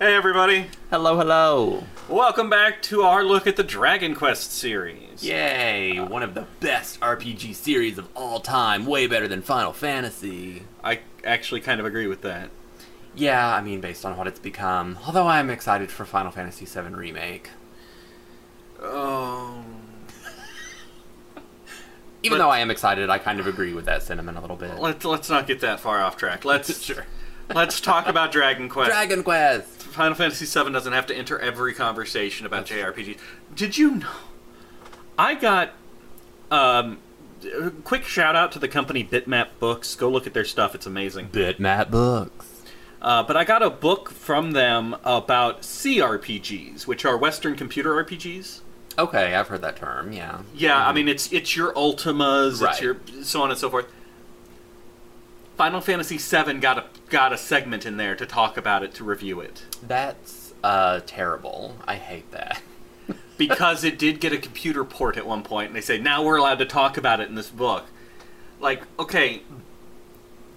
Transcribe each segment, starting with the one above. Hey everybody! Hello, hello. Welcome back to our look at the Dragon Quest series. Yay, one of the best RPG series of all time, way better than Final Fantasy. I actually kind of agree with that. Yeah, I mean, based on what it's become. Although I'm excited for Final Fantasy VII Remake. Um, Even But- though I am excited, I kind of agree with that sentiment a little bit. let's let's not get that far off track. Let's let's talk about Dragon Quest. Dragon Quest! Final Fantasy VII doesn't have to enter every conversation about JRPGs. Did you know? I got. Um, a quick shout out to the company Bitmap Books. Go look at their stuff; it's amazing. Bitmap Books. Uh, but I got a book from them about CRPGs, which are Western computer RPGs. Okay, I've heard that term, yeah. Yeah, I mean it's it's your Ultimas, it's Mm-hmm. Right. your so on and so forth. Final Fantasy VII got a got a segment in there to talk about it to review it That's, uh, terrible. I hate that. because it did get a computer port at one point, and they say now we're allowed to talk about it in this book. Like, okay,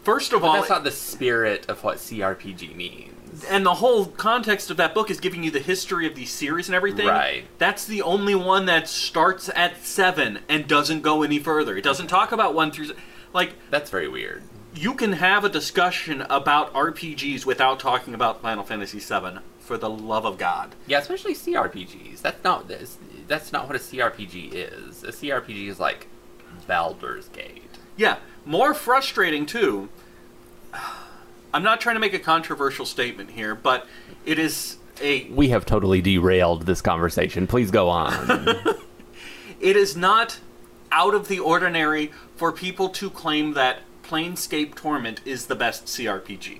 first of But all, that's not the spirit of what CRPG means. and the whole context of that book is giving you the history of the series and everything. Right. That's the only one that starts at seven and doesn't go any further. It doesn't talk about one through, like That's very weird. you can have a discussion about RPGs without talking about Final Fantasy VII. For the love of God, Yeah, especially CRPGs. That's not that's, that's not what a CRPG is. A CRPG is like Baldur's Gate. yeah. More frustrating too. I'm not trying to make a controversial statement here, but it is a We have totally derailed this conversation. Please go on. it is not out of the ordinary for people to claim that Planescape Torment is the best CRPG.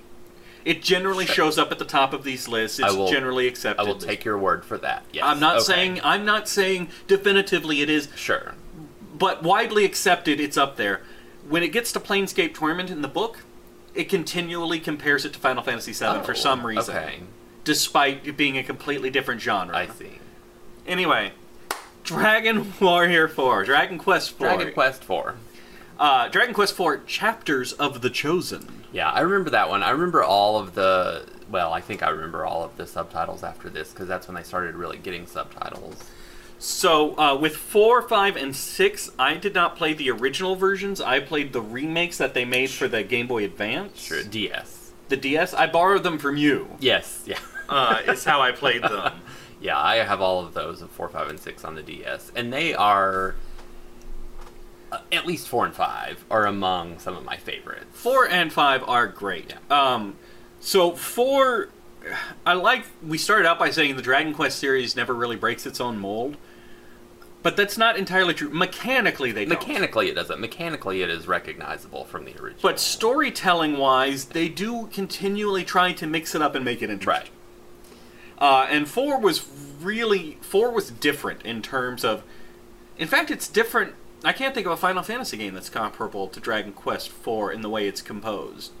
It generally shows up at the top of these lists. It's I will- generally I accepted. will take your word for that. Yes. I'm not Okay. saying I'm not saying definitively it is, sure. but widely accepted it's up there. When it gets to Planescape Torment in the book, it continually compares it to Final Fantasy VII for Oh, some reason, Okay. despite it being a completely different genre. I see. Anyway, Dragon Warrior 4, Dragon Quest 4. Dragon Quest 4. Uh, Dragon Quest IV: Chapters of the Chosen. Yeah, I remember that one. I remember all of the well, I think I remember all of the subtitles after this cuz that's when they started really getting subtitles. So uh, with four, five, and six, I did not play the original versions. I played the remakes that they made for the Game Boy Advance, Sure. DS. the DS. I borrowed them from you. Yes. Yeah. Uh, is how I played them. Yeah, I have all of those of four, five, and six on the DS, and they are uh, at least four and five are among some of my favorites. Four and five are great. Um, so four, I like. We started out by saying the Dragon Quest series never really breaks its own mold, but that's not entirely true. Mechanically, they don't. Mechanically, it doesn't. Mechanically, it is recognizable from the original. But storytelling wise, they do continually try to mix it up and make it right, interesting. Uh, and four was really four was different in terms of. In fact, it's different. I can't think of a Final Fantasy game that's comparable to Dragon Quest Four in the way it's composed,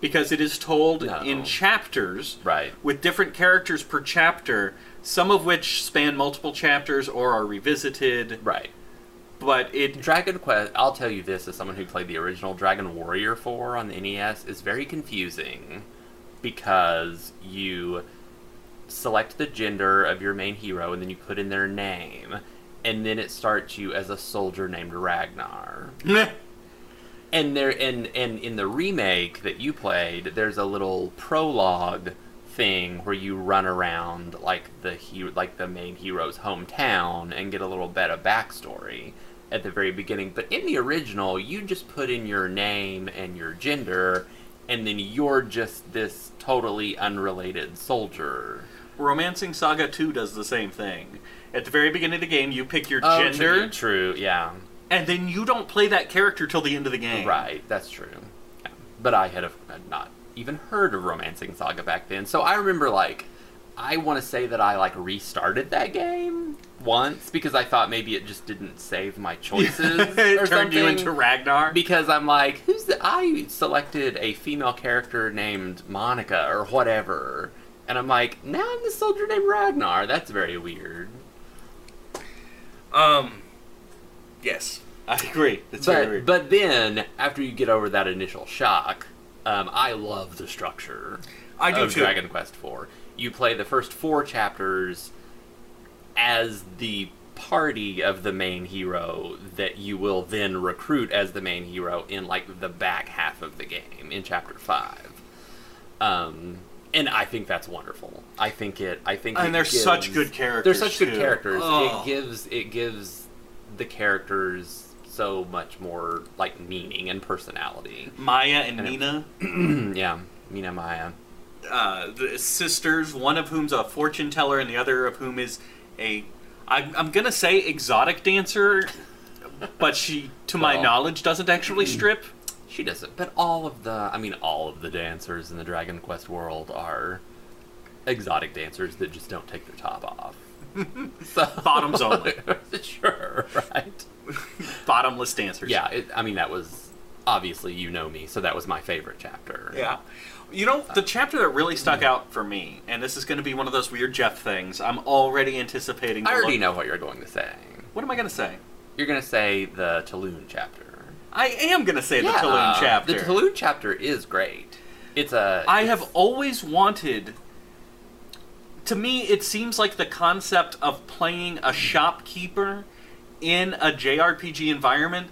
because it is told No. in chapters right, with different characters per chapter, some of which span multiple chapters or are revisited. right. But it Dragon Quest. I'll tell you this: as someone who played the original Dragon Warrior Four on the NES, is very confusing because you select the gender of your main hero and then you put in their name, and then it starts you as a soldier named Ragnar. and there and and in the remake that you played there's a little prologue thing where you run around like the he like the main hero's hometown and get a little bit of backstory at the very beginning but in the original you just put in your name and your gender and then you're just this totally unrelated soldier Romancing Saga 2 does the same thing. At the very beginning of the game, you pick your Oh, to be gender, true yeah and then you don't play that character till the end of the game. Right, that's true. Yeah. But I had, uh, had not even heard of Romancing Saga back then, so I remember like I want to say that I like restarted that game once because I thought maybe it just didn't save my choices it or turned you something. into Ragnar. because I'm like, who's the, I selected a female character named Monica or whatever, and I'm like, now I'm the soldier named Ragnar. That's very weird. um, yes. I agree. It's very But, weird. but then after you get over that initial shock, um, I love the structure. I do of too. Dragon Quest Four. you play the first four chapters as the party of the main hero that you will then recruit as the main hero in like the back half of the game in chapter five. Um, and I think that's wonderful. I think it. I think it and they're such gives- good characters. they're such good too. characters. Oh. It gives it gives the characters so much more like meaning and personality. Maya and And it- Nina, yeah, Mina Maya. uh, the sisters, one of whom's a fortune teller and the other of whom is a, I, I'm gonna say exotic dancer, but she, to my Well. knowledge, doesn't actually strip. She doesn't. But all of the, I mean, all of the dancers in the Dragon Quest world are exotic dancers that just don't take their top off. so, Bottoms only. sure, right? Bottomless dancers. Yeah, it, I mean, that was obviously you know me, so that was my favorite chapter. Yeah. You know, the chapter that really stuck out for me, and this is going to be one of those weird Jeff things, I'm already anticipating. the I already look- know what you're going to say. What am I going to say? You're going to say the Tulun chapter. I am going to say the Yeah, Uh, Tulun chapter. The Tulun chapter is great. It's a. I it's- have always wanted. To me, it seems like the concept of playing a shopkeeper in a JRPG environment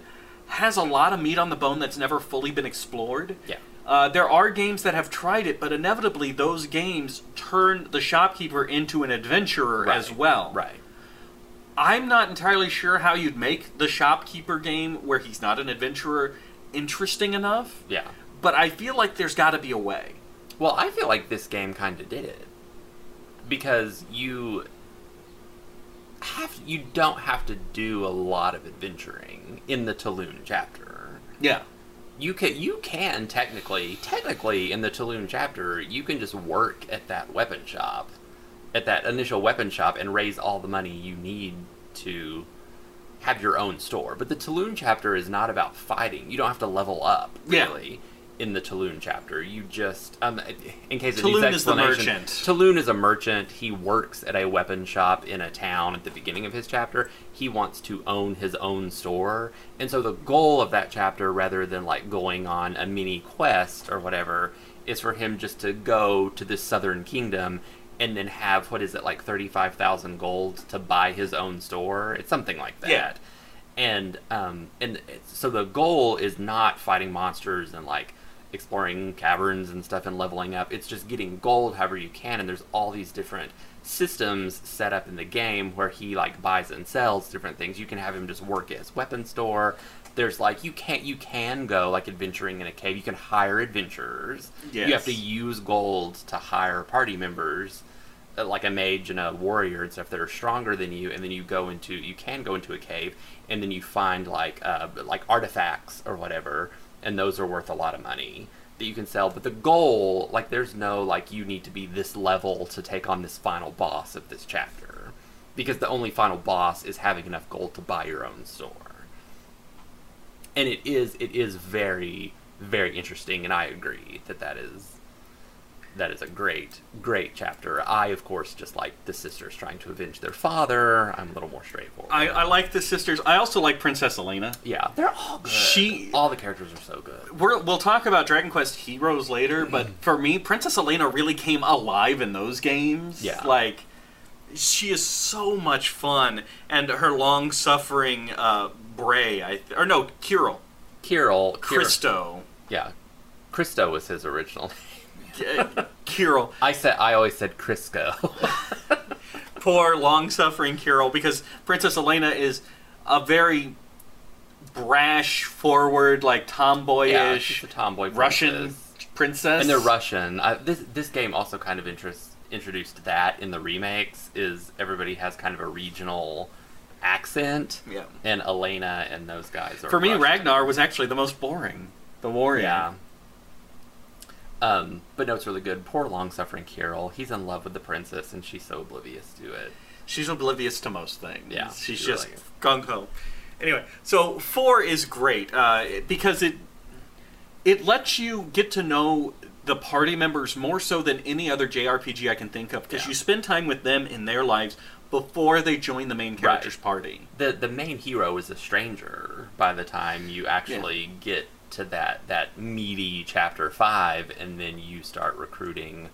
has a lot of meat on the bone that's never fully been explored. Yeah. Uh, there are games that have tried it, but inevitably those games turn the shopkeeper into an adventurer Right, as well. Right. I'm not entirely sure how you'd make the shopkeeper game where he's not an adventurer interesting enough, Yeah. but I feel like there's got to be a way. Well, I feel like this game kind of did it because you have you don't have to do a lot of adventuring in the Tulun chapter. Yeah. You can you can technically technically in the Tulun chapter you can just work at that weapon shop at that initial weapon shop and raise all the money you need to have your own store. But the Tulun chapter is not about fighting. You don't have to level up Yeah. really in the Tulun chapter. You just um, in case it needs Tulun is the explanation, merchant. Tulun is a merchant. He works at a weapon shop in a town at the beginning of his chapter. He wants to own his own store, and so the goal of that chapter, rather than like going on a mini quest or whatever, is for him just to go to this southern kingdom. And then have what is it like thirty five thousand gold to buy his own store? It's something like that Yeah. and um and it's- so the goal is not fighting monsters and like exploring caverns and stuff and leveling up it's just getting gold however you can and there's all these different systems set up in the game where he like buys and sells different things you can have him just work at his weapon store there's like you can't you can go like adventuring in a cave you can hire adventurers you have Yes. to use gold to hire party members uh, like a mage and a warrior and stuff that are stronger than you, and then you go into you can go into a cave, and then you find like uh, like artifacts or whatever, and those are worth a lot of money that you can sell. But the goal, like, there's no like you need to be this level to take on this final boss of this chapter, because the only final boss is having enough gold to buy your own store and it is it is very very interesting and i agree that that is that is a great great chapter i of course just like the sisters trying to avenge their father i'm a little more straightforward I, I like the sisters. I also like Princess Elena. yeah they're all good She- all the characters are so good We're, we'll talk about Dragon Quest Heroes later, Mm-hmm. but for me, Princess Elena really came alive in those games. Yeah. Like, she is so much fun, and her long suffering uh, Bray, I th- or no, Kirill. kirill Kir- Christo. yeah christo was his original Uh, Kirill. i said i always said crisco Poor, long suffering Kirill, because Princess Elena is a very brash, forward, like yeah tomboyish she's a tomboy Russian princess. princess. and they're Russian. I, this this game also kind of interest, introduced that in the remakes. Is everybody has kind of a regional accent, Yeah. and Elena and those guys are For me, Russian. Ragnar was actually the most boring. The warrior. Yeah. Um, but no, it's really good. Poor long-suffering Carol. He's in love with the princess, and she's so oblivious to it. She's oblivious to most things. Yeah, She's she just really is. gung ho. Anyway, so four is great uh, because it it lets you get to know the party members more so than any other JRPG I can think of because Yeah. you spend time with them in their lives before they join the main character's party. the The main hero is a stranger by the time you actually get to that that meaty chapter five, and then you start recruiting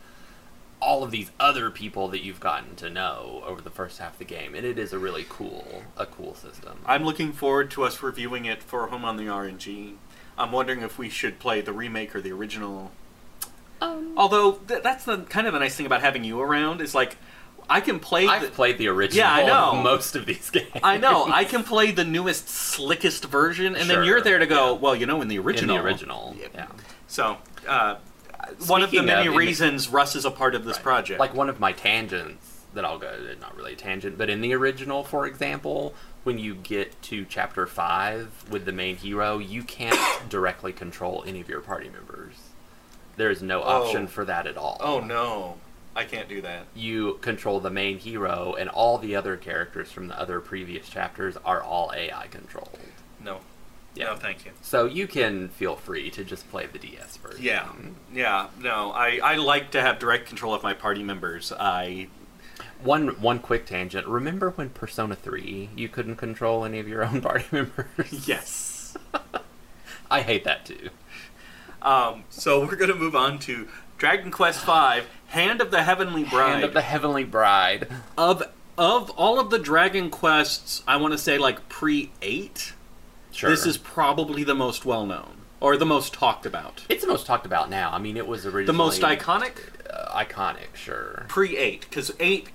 all of these other people that you've gotten to know over the first half of the game, and it is a really cool, a cool system. I'm looking forward to us reviewing it for Home on the RNG. I'm wondering if we should play the remake or the original. Um, Although th- that's the kind of the nice thing about having you around is like I can play. I've the- played the original. Yeah, I know. Of most of these games. I know I can play the newest, slickest version, and Sure, then you're there to go. yeah. Well, you know, in the In original, the original. Yeah. yeah. So, uh, one of the Speaking many of- reasons Russ is a part of this Right. project. Like one of my tangents that I'll go, not really a tangent, but in the original, for example, when you get to chapter five with the main hero, you can't directly control any of your party members. There is no option Oh. for that at all. oh no, I can't do that. You control the main hero, and all the other characters from the other previous chapters are all AI controlled. No. Yeah. No, thank you. So you can feel free to just play the DS version. Yeah, yeah. No, I, I like to have direct control of my party members. I One one quick tangent. Remember when Persona 3 you couldn't control any of your own party members? yes. I hate that too. Um, so we're gonna move on to Dragon Quest V: Hand of the Heavenly Bride. Hand of the Heavenly Bride. of of all of the Dragon Quests, I want to say like pre eight. Sure. This is probably the most well known or the most talked about, it's the most talked about now. I mean, it was originally the most iconic. uh, iconic, sure. pre eight because eight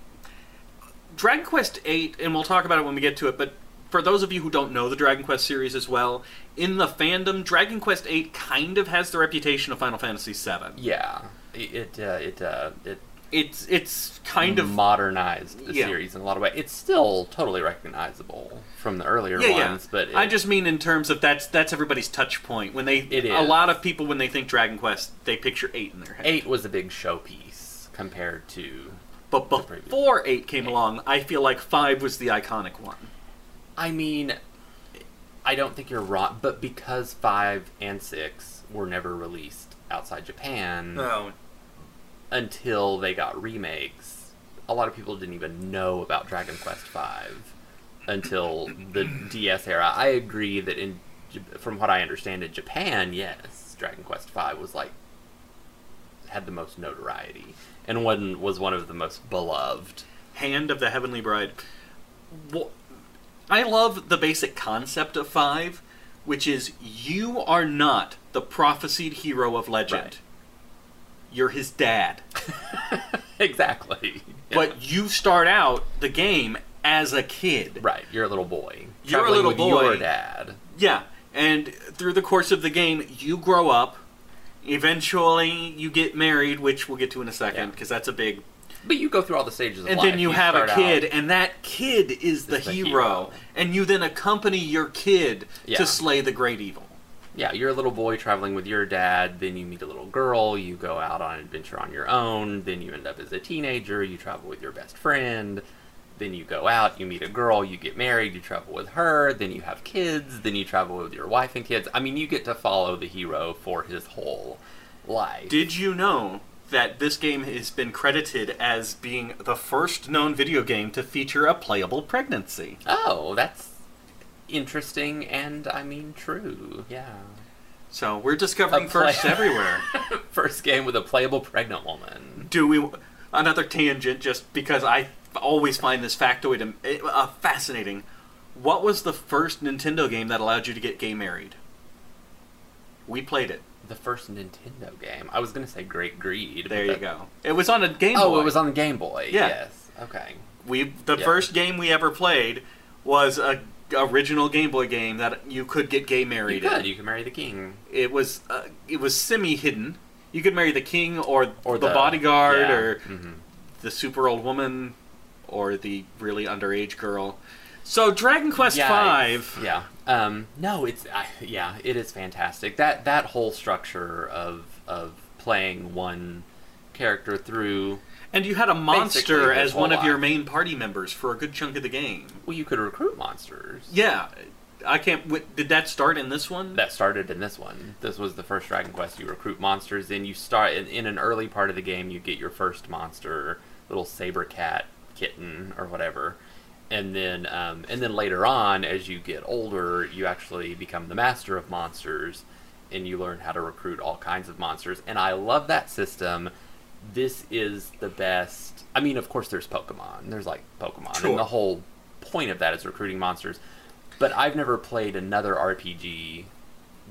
Dragon Quest eight, and we'll talk about it when we get to it. But for those of you who don't know the Dragon Quest series as well, in the fandom, Dragon Quest eight kind of has the reputation of Final Fantasy seven. Yeah. It it uh, it, uh, it It's it's kind Mm. of modernized the Yeah. series in a lot of ways. It's still totally recognizable from the earlier ones, but it, I just mean in terms of that's that's everybody's touch point when they It a is. lot of people when they think Dragon Quest they picture eight in their head. 8 was a big showpiece compared to but the previous. before eight came along, I feel like five was the iconic one. I mean, I don't think you're wrong, but because five and six were never released outside Japan until they got remakes, a lot of people didn't even know about Dragon Quest Five until the DS era. I agree that in, J- from what I understand, in Japan, yes, Dragon Quest Five was like had the most notoriety and one was one of the most beloved. Hand of the Heavenly Bride. Wh- I love the basic concept of five, which is you are not the prophesied hero of legend. Right. You're his dad. exactly. Yeah. But you start out the game as a kid. Right, you're a little boy. You're a Traveling little with boy. Your dad. Yeah, and through the course of the game, you grow up. Eventually, you get married, which we'll get to in a second, Yeah. because that's a big. But you go through all the stages of And life. then you, have a start kid, out- and that kid is the, the hero. hero. and you then accompany your kid Yeah. to slay the great evil. yeah, you're a little boy traveling with your dad. Then you meet a little girl. You go out on an adventure on your own. Then you end up as a teenager. You travel with your best friend. Then you go out. You meet a girl. You get married. You travel with her. Then you have kids. Then you travel with your wife and kids. I mean, you get to follow the hero for his whole life. Did you know that this game has been credited as being the first known video game to feature a playable pregnancy? oh, that's interesting and I mean true. Yeah. So we're discovering A play- firsts everywhere. First game with a playable pregnant woman. do we another tangent just because i always find this factoid uh, fascinating what was the first nintendo game that allowed you to get gay married we played it The first Nintendo game. I was gonna say Great Greed. but there you that- go it was on a game Oh, boy it was on the Game Boy. Yeah. Yes. Okay. we the Yeah. first game we ever played was a original game boy game that you could get gay You married in. could. You can marry the king. it was uh, it was semi hidden you could marry the king or, Or the, the- bodyguard yeah. or Mhm. the super old woman or the really underage girl. So Dragon Quest Yeah, Five, Yeah. Um, no, it's I, yeah, it is fantastic. That that whole structure of of playing one character through. and you had a monster Basically, his as one whole of your life. main party members for a good chunk of the game. Well, you could recruit monsters. Yeah, I can't. w- Did that start in this one? that started in this one. This was the first Dragon Quest you recruit monsters in. You start in, in an early part of the game. You get your first monster, little saber cat kitten or whatever, and then um, and then later on, as you get older, you actually become the master of monsters, and you learn how to recruit all kinds of monsters. And I love that system this is the best. I mean, of course, there's Pokemon. There's like Pokemon, Sure. and the whole point of that is recruiting monsters. But I've never played another RPG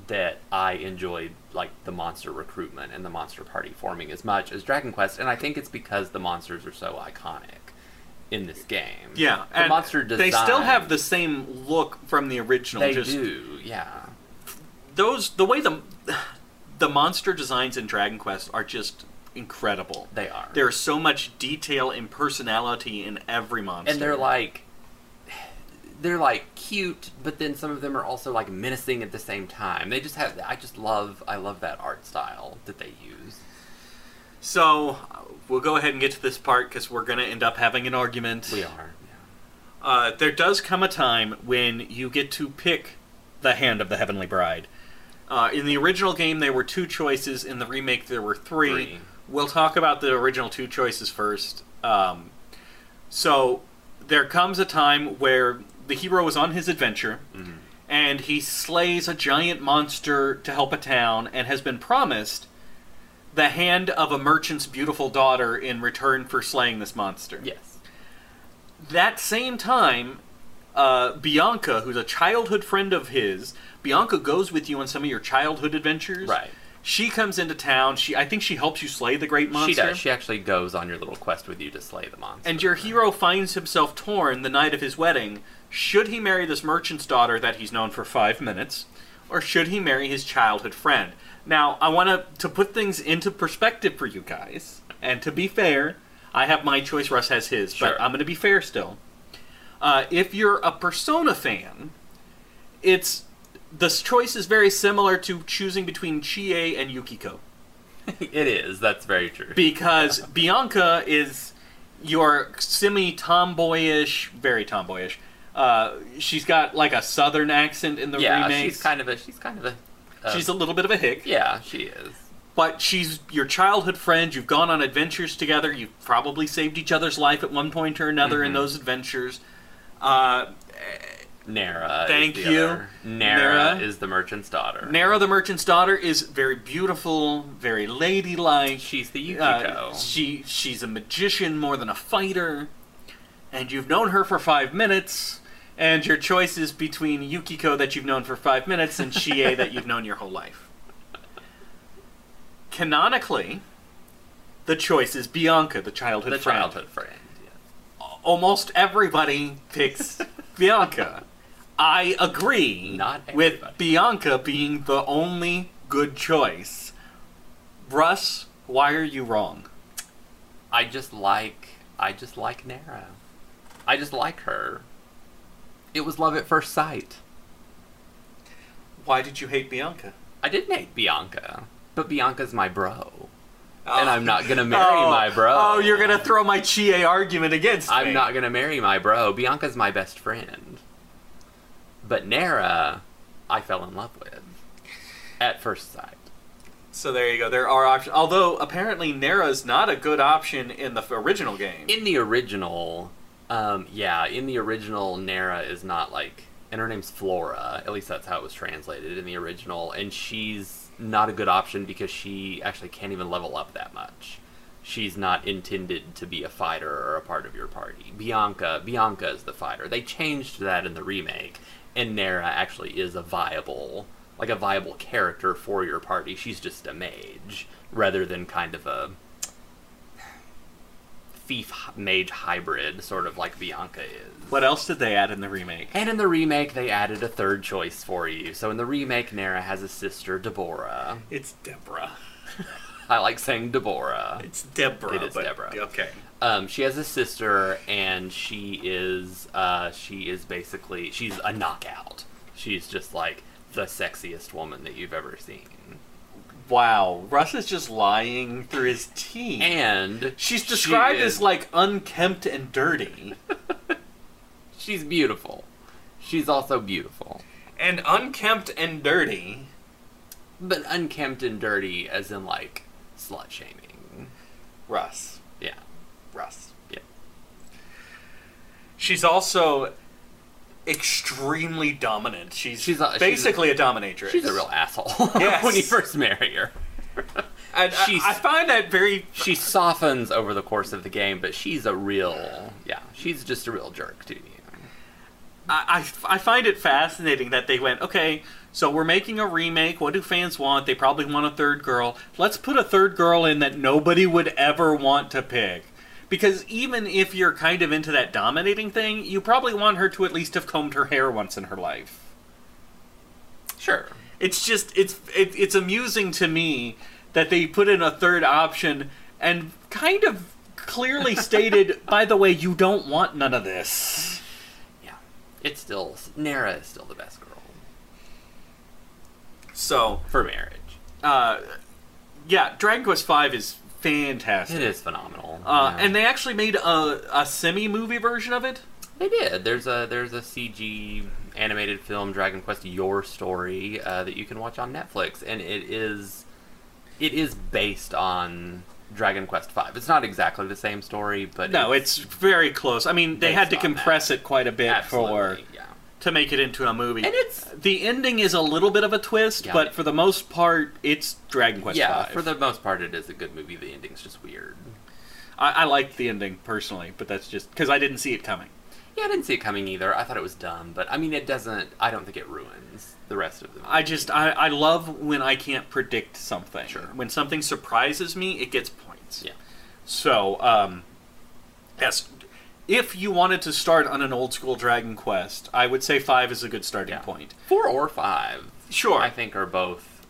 that I enjoyed like the monster recruitment and the monster party forming as much as Dragon Quest, and I think it's because the monsters are so iconic in this game. Yeah, the and monster design. They still have the same look from the original. They just do, yeah. those the way the the monster designs in Dragon Quest are just incredible. They are. There's so much detail and personality in every monster. and they're like they're like cute but then some of them are also like menacing at the same time they just have i just love i love that art style that they use so. uh, We'll go ahead and get to this part because we're going to end up having an argument. we are Uh, there does come a time when you get to pick the hand of the heavenly bride. Uh, in the original game, there were two choices. In the remake, there were three. Three. We'll talk about the original two choices first. Um, so there comes a time where the hero is on his adventure, and he slays a giant monster to help a town, and has been promised the hand of a merchant's beautiful daughter in return for slaying this monster yes that same time, uh, Bianca, who's a childhood friend of his, Bianca goes with you on some of your childhood adventures. right She comes into town. She, I think, she helps you slay the great monster. she does she actually goes on your little quest with you to slay the monster And your hero finds himself torn the night of his wedding. Should he marry this merchant's daughter that he's known for five minutes, or should he marry his childhood friend? Now, I want to to put things into perspective for you guys, and to be fair, I have my choice. Russ has his, but Sure. I'm going to be fair still. Uh, if you're a Persona fan, it's this choice is very similar to choosing between Chie and Yukiko it is that's very true because Bianca is your semi tomboyish, very tomboyish. Uh, she's got like a southern accent in the yeah remakes. she's kind of a she's kind of a uh, she's a little bit of a hick, yeah she is but she's your childhood friend. You've gone on adventures together. You've probably saved each other's life at one point or another in Mhm. those adventures. Uh, Nara. is Thank the you. other. Nara, Nara. is the merchant's daughter. Nara the merchant's daughter is very beautiful, very ladylike. She's the Yukiko. Uh, she she's a magician more than a fighter, and you've known her for five minutes. And your choice is between Yukiko that you've known for five minutes and Chie that you've known your whole life. Canonically, the choice is Bianca, the childhood the friend. childhood friend. yes. Almost everybody picks Bianca. I agree Not with everybody. Bianca being the only good choice. Russ, why are you wrong? I just like I just like Nara. I just like her. It was love at first sight. Why did you hate Bianca? I didn't hate Bianca, but Bianca's my bro, and I'm not gonna marry Oh, my bro. Oh, you're gonna throw my Chie argument against me. I'm not gonna marry my bro. Bianca's my best friend, but Nara, I fell in love with at first sight. So there you go. There are options. Although apparently Nara's not a good option in the f- original game. In the original, um, yeah, in the original, Nara is not like, and her name's Flora. At least that's how it was translated in the original. And she's not a good option because she actually can't even level up that much. She's not intended to be a fighter or a part of your party. Bianca, Bianca is the fighter. They changed that in the remake, and Nara actually is a viable, like a viable character for your party. She's just a mage rather than kind of a thief h- mage hybrid, sort of like Bianca is. what else did they add in the remake? And in the remake, they added a third choice for you. So in the remake, Nara has a sister, Deborah. It's Deborah. I like saying Deborah. It's Deborah. It is but- Deborah. Okay. Um, she has a sister, and she is uh, she is basically she's a knockout. She's just like the sexiest woman that you've ever seen. Wow. Russ is just lying through his teeth. And She's she described is- as like unkempt and dirty. she's beautiful. She's also beautiful. and unkempt and dirty. But unkempt and dirty, as in like slut shaming. Russ. Yeah. Russ. Yeah. She's also extremely dominant. She's She's she's a- she's a- basically a, dominatrix. She's a real asshole Yes. when you first marry her. I, She's- I, I find that very. She softens over the course of the game, but she's a real, yeah, she's just a real jerk to you. I, I, I find it fascinating that they went, okay, so we're making a remake. What do fans want? They probably want a third girl. Let's put a third girl in that nobody would ever want to pick. Because even if you're kind of into that dominating thing, you probably want her to at least have combed her hair once in her life. Sure. It's just it's it, it's amusing to me that they put in a third option and kind of clearly stated, by the way, you don't want none of this. Yeah. It's still, Nara is still the best girl So, for marriage. uh, yeah, Dragon Quest V is fantastic. It is phenomenal. Uh, yeah. And they actually made a, a semi movie version of it. They did. There's a there's a CG animated film, Dragon Quest: Your Story, uh, that you can watch on Netflix, and it is it is based on Dragon Quest V. It's not exactly the same story, but No, it's very close. I mean, they Based had to on that. compress it quite a bit absolutely, for yeah. to make it into a movie. And it's the ending is a little bit of a twist, Yeah. but for the most part, it's Dragon Quest yeah, V. for the most part, it is a good movie. The ending's just weird. I, I liked the ending personally, but that's just because I didn't see it coming. Yeah, I didn't see it coming either. I thought it was dumb, but I mean, it doesn't. I don't think it ruins the rest of the movie. I just I, I love when I can't predict something. Sure. When something surprises me, it gets points. Yeah. So, um, yes, if you wanted to start on an old school Dragon Quest, I would say five is a good starting Yeah. point. four or five, Sure. I think, are both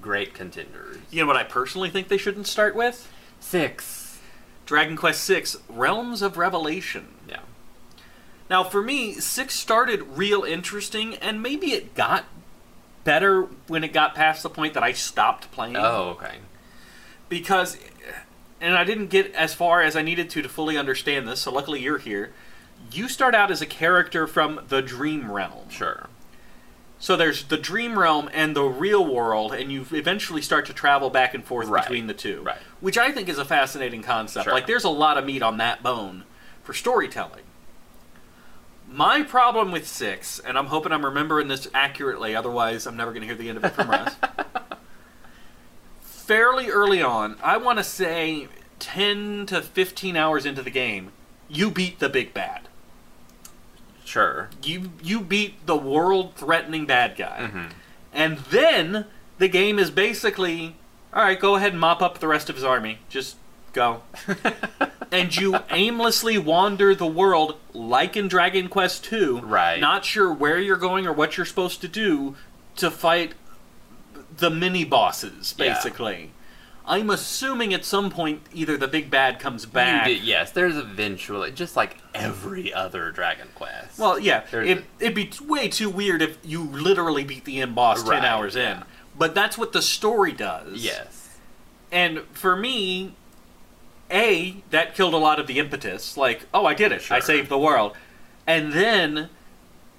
great contenders. you know what I personally think they shouldn't start with? Six. Dragon Quest Six: Realms of Revelation. Yeah. Now, for me, six started real interesting, and maybe it got better when it got past the point that I stopped playing. Oh, okay. because and I didn't get as far as I needed to to fully understand this, so luckily you're here. You start out as a character from the dream realm. Sure. So there's the dream realm and the real world, and you eventually start to travel back and forth Right, between the two. right. Which I think is a fascinating concept. Sure. Like, there's a lot of meat on that bone for storytelling. My problem with six, and I'm hoping I'm remembering this accurately, otherwise, I'm never going to hear the end of it from Russ. Fairly early on, I want to say 10 to 15 hours into the game, you beat the big bad Sure. you you beat the world threatening bad guy Mhm. and then the game is basically all right go ahead and mop up the rest of his army just go and you aimlessly wander the world like in dragon quest 2 Right. not sure where you're going or what you're supposed to do to fight the mini bosses Yeah. basically i'm assuming at some point either the big bad comes You back did- yes, there's eventually, just like every other Dragon Quest. Well, yeah, There's it, it'd be t- way too weird if you literally beat the end boss Right, ten hours yeah. in. But that's what the story does. yes. And for me, a that killed a lot of the impetus. Like, oh, I did it! I Sure. saved the world. And then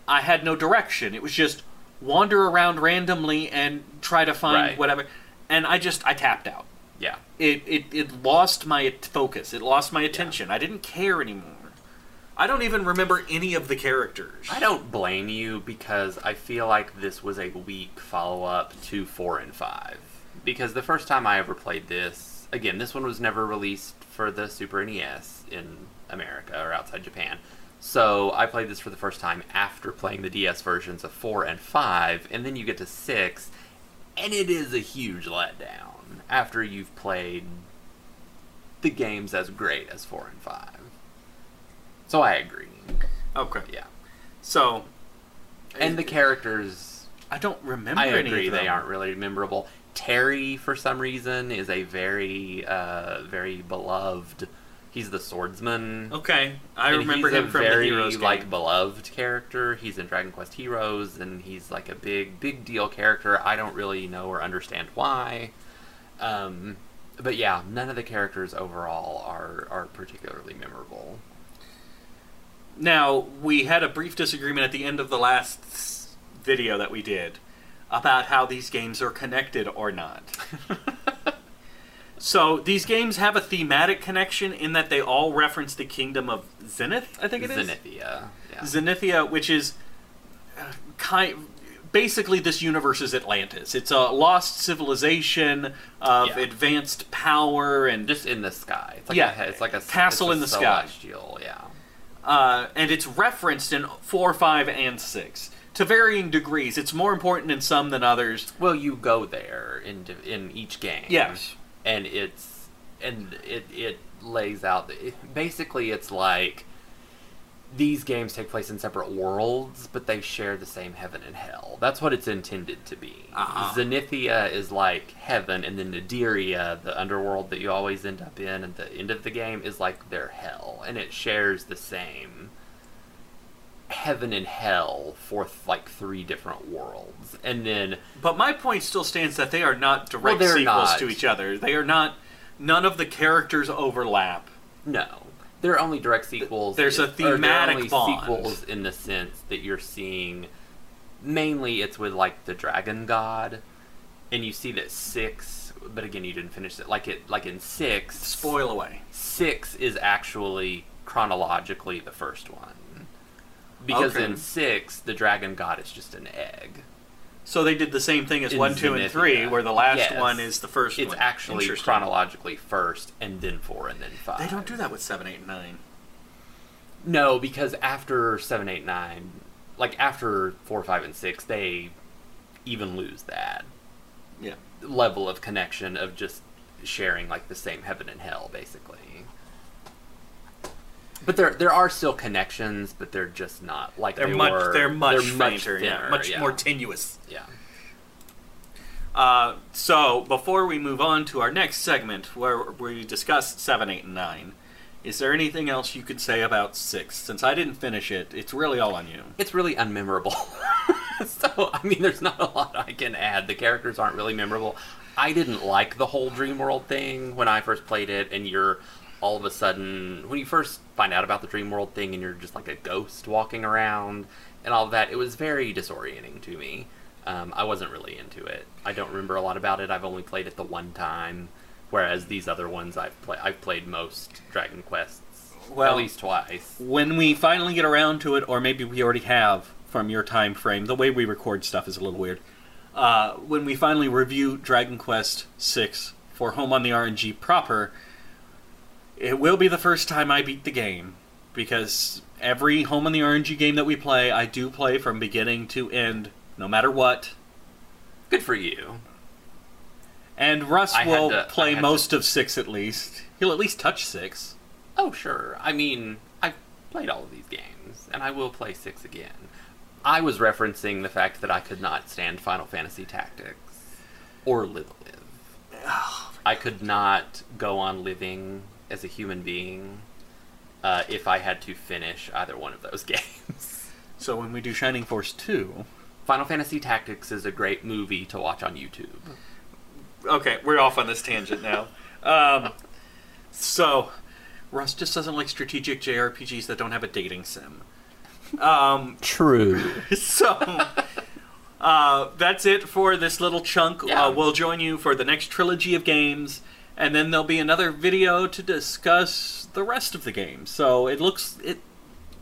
I had no direction. It was just wander around randomly and try to find Right. whatever. And I just I tapped out Yeah. it, it, it lost my at- focus. It lost my attention. I didn't care anymore. I don't even remember any of the characters. I don't blame you because I feel like this was a weak follow up to 4 and 5. Because the first time I ever played this, again, this one was never released for the Super NES in America or outside Japan. So I played this for the first time after playing the DS versions of 4 and 5, and then you get to 6, and it is a huge letdown after you've played the games as great as 4 and 5. So I agree. Okay. Yeah So, and the characters I don't remember. i any agree of them. they aren't really memorable terry for some reason is a very uh very beloved he's the swordsman Okay, Oh, I And remember he's him a from very, the Heroes game. like beloved character he's in dragon quest heroes and he's like a big big deal character i don't really know or understand why um but yeah none of the characters overall are are particularly memorable Now we had a brief disagreement at the end of the last s- video that we did about how these games are connected or not. so these games have a thematic connection in that they all reference the kingdom of Zenith. I think it is zenithia yeah Zenithia, which is uh, kind basically this universe is Atlantis. It's a lost civilization of Yeah. advanced power and Just in the sky. It's like Yeah, a, it's like a s- castle it's a in the sky. celestial, Yeah. uh, and it's referenced in four, five, and six to varying degrees. It's more important in some than others. Well, you go there in div- in each game. Yes. and it's and it it lays out it, basically it's like these games take place in separate worlds, but they share the same heaven and hell. That's what it's intended to be. Uh-huh. Zenithia is like heaven, and then Nadiria, the underworld that you always end up in at the end of the game, is like their hell, and it shares the same heaven and hell for like three different worlds. And then But my point still stands that they are not direct they're sequels not. to each other. They are not. None of the characters overlap. No, they're only direct sequels. there's a or they're thematic only bond. sequels in the sense that you're seeing. Mainly, it's with like the dragon god, and you see that six. But again, you didn't finish it. Like it, like in six, Spoil away. six is actually chronologically the first one, because Okay. in six, the dragon god is just an egg. So they did the same thing as In one, two, and Zenithia. three, where the last Yes. one is the first It's one. actually Interesting. chronologically first, and then four, and then five. They don't do that with seven, eight, and nine. No, because after seven, eight, nine, like after four, five, and six, they even lose that Yeah. level of connection of just sharing like the same heaven and hell, basically. But there there are still connections, but they're just not like They're they much. were- they're much fainter. thinner, yeah. Much yeah. more tenuous. yeah. Uh, so before we move on to our next segment, where we discuss seven, eight, and nine, is there anything else you could say about six? Since I didn't finish it, it's really all on you. It's really unmemorable. so I mean, there's not a lot I can add. The characters aren't really memorable. I didn't like the whole Dream World thing when I first played it, and you're all of a sudden when you first find out about the Dream World thing, and you're just like a ghost walking around and all of that. It was very disorienting to me. Um, I wasn't really into it. I don't remember a lot about it. I've only played it the one time, whereas these other ones I've played. I've played most Dragon Quests Well- at least twice. When we finally get around to it, or maybe we already have from your time frame, the way we record stuff is a little weird. Uh, when we finally review Dragon Quest Six for Home on the RNG proper, it will be the first time I beat the game because every Home on the RNG game that we play, I do play from beginning to end, no matter what. Good for you. And Russ I had will to- I play had most of six at least. He'll at least touch six. Oh, sure. I mean, I've played all of these games, and I will play six again. I was referencing the fact that I could not stand Final Fantasy Tactics or Live Live. I could not go on living as a human being uh, if I had to finish either one of those games. So when we do Shining Force two, Final Fantasy Tactics is a great movie to watch on YouTube. okay, we're off on this tangent now. um, so, Russ just doesn't like strategic JRPGs that don't have a dating sim. Um, True. so, uh, that's it for this little chunk. Yeah. Uh, we'll join you for the next trilogy of games, and then there'll be another video to discuss the rest of the game. So it looks it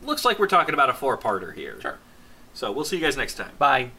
looks like we're talking about a four-parter here. Sure. So we'll see you guys next time. Bye.